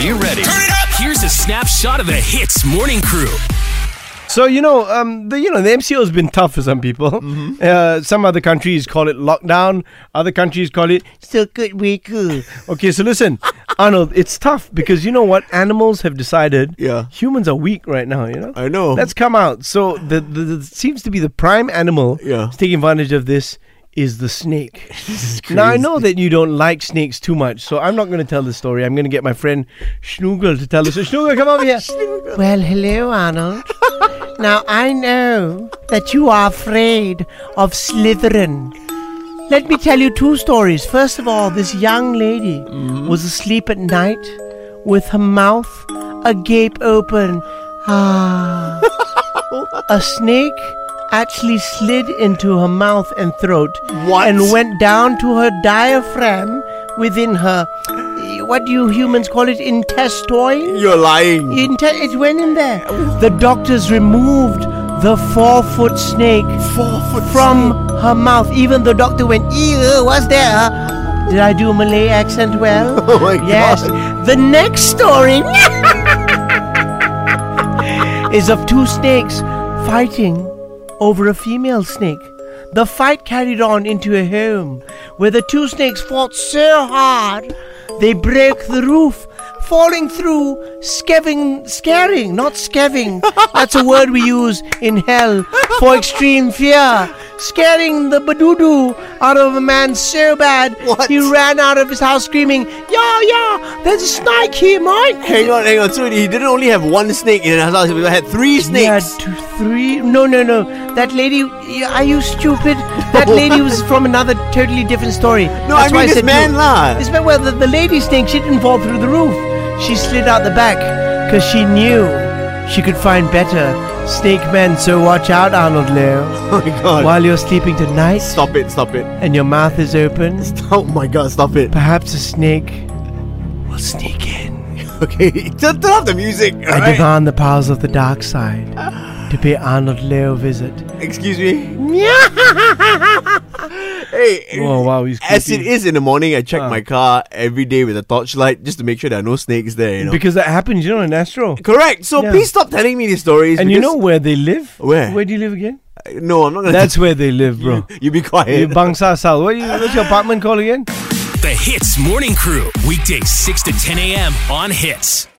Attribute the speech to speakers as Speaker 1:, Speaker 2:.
Speaker 1: you ready? Turn it up! Here's a snapshot of the Hits Morning Crew.
Speaker 2: So you know, um, the you know the MCO has been tough for some people. Uh, some other countries call it lockdown. Other countries call it so good we cool. Okay, so listen, Arnold, it's tough because you know what? Animals have decided.
Speaker 3: Yeah.
Speaker 2: Humans are weak right now. You know.
Speaker 3: I know.
Speaker 2: Let's come out. So the the, the seems to be the prime animal.
Speaker 3: Yeah.
Speaker 2: who's Taking advantage of this. Is the snake. now I know that you don't like snakes too much, so I'm not going to tell the story. I'm going to get my friend Schnoogel to tell us. So Schnoogel, come over here. well, hello, Arnold. Now I know that you are afraid of Slytherin. Let me tell you two stories. First of all, this young lady was asleep at night with her mouth agape open. Ah. a snake actually slid into her mouth and throat
Speaker 3: What?
Speaker 2: and went down to her diaphragm within her. What do you humans call it? Intestine?
Speaker 3: You're lying.
Speaker 2: Inte- it went in there. The doctors removed the four foot snake
Speaker 3: Four foot
Speaker 2: from her mouth. Even the doctor went, Ew, what's there? Did I do a Malay accent well?
Speaker 3: Oh my
Speaker 2: yes.
Speaker 3: God.
Speaker 2: The next story is of two snakes fighting over a female snake. The fight carried on into a home where the two snakes fought so hard they broke the roof, falling through, scaving, scaring, not scaving. That's a word we use in hell for extreme fear. Scaring the badudu out of a man so bad
Speaker 3: What?
Speaker 2: he ran out of his house screaming, "Yeah, yeah, there's a snake here, mate!"
Speaker 3: Hang on, hang on. So he didn't only have one snake in his house. He had three snakes.
Speaker 2: Yeah, two, three. No, no, no. That lady. yeah, Are you stupid? That lady was from another totally different story.
Speaker 3: No, I
Speaker 2: That's why
Speaker 3: mean this
Speaker 2: said
Speaker 3: man
Speaker 2: two.
Speaker 3: lah.
Speaker 2: This man. Well, the, the lady snake. She didn't fall through the roof. She slid out the back because she knew she could find better snake men. So watch out, Arnold Leo.
Speaker 3: Oh my god.
Speaker 2: While you're sleeping tonight
Speaker 3: Stop it, stop it.
Speaker 2: and your mouth is open,
Speaker 3: Oh my god, stop it.
Speaker 2: perhaps a snake will sneak in.
Speaker 3: Okay, turn, turn off the music.
Speaker 2: I
Speaker 3: alright?
Speaker 2: demand the powers of the dark side to pay Arnold Leo visit.
Speaker 3: Excuse me. hey.
Speaker 2: Oh wow, he's
Speaker 3: As it
Speaker 2: creepy.
Speaker 3: is in the morning, I check
Speaker 2: Ah.
Speaker 3: my car every day with a torchlight just to make sure there are no snakes there. You know.
Speaker 2: Because that happens, you know, in Astro.
Speaker 3: Correct. So
Speaker 2: Yeah.
Speaker 3: please stop telling me these stories.
Speaker 2: And you know
Speaker 3: because-
Speaker 2: where they live?
Speaker 3: Where?
Speaker 2: Where do you live again?
Speaker 3: no, I'm not gonna.
Speaker 2: That's where they live, bro.
Speaker 3: you be
Speaker 2: You
Speaker 3: quiet.
Speaker 2: Bangsa Sal. What you, what's your apartment called again?
Speaker 1: The Hits Morning Crew, weekdays 6 to 10 a.m. on Hits.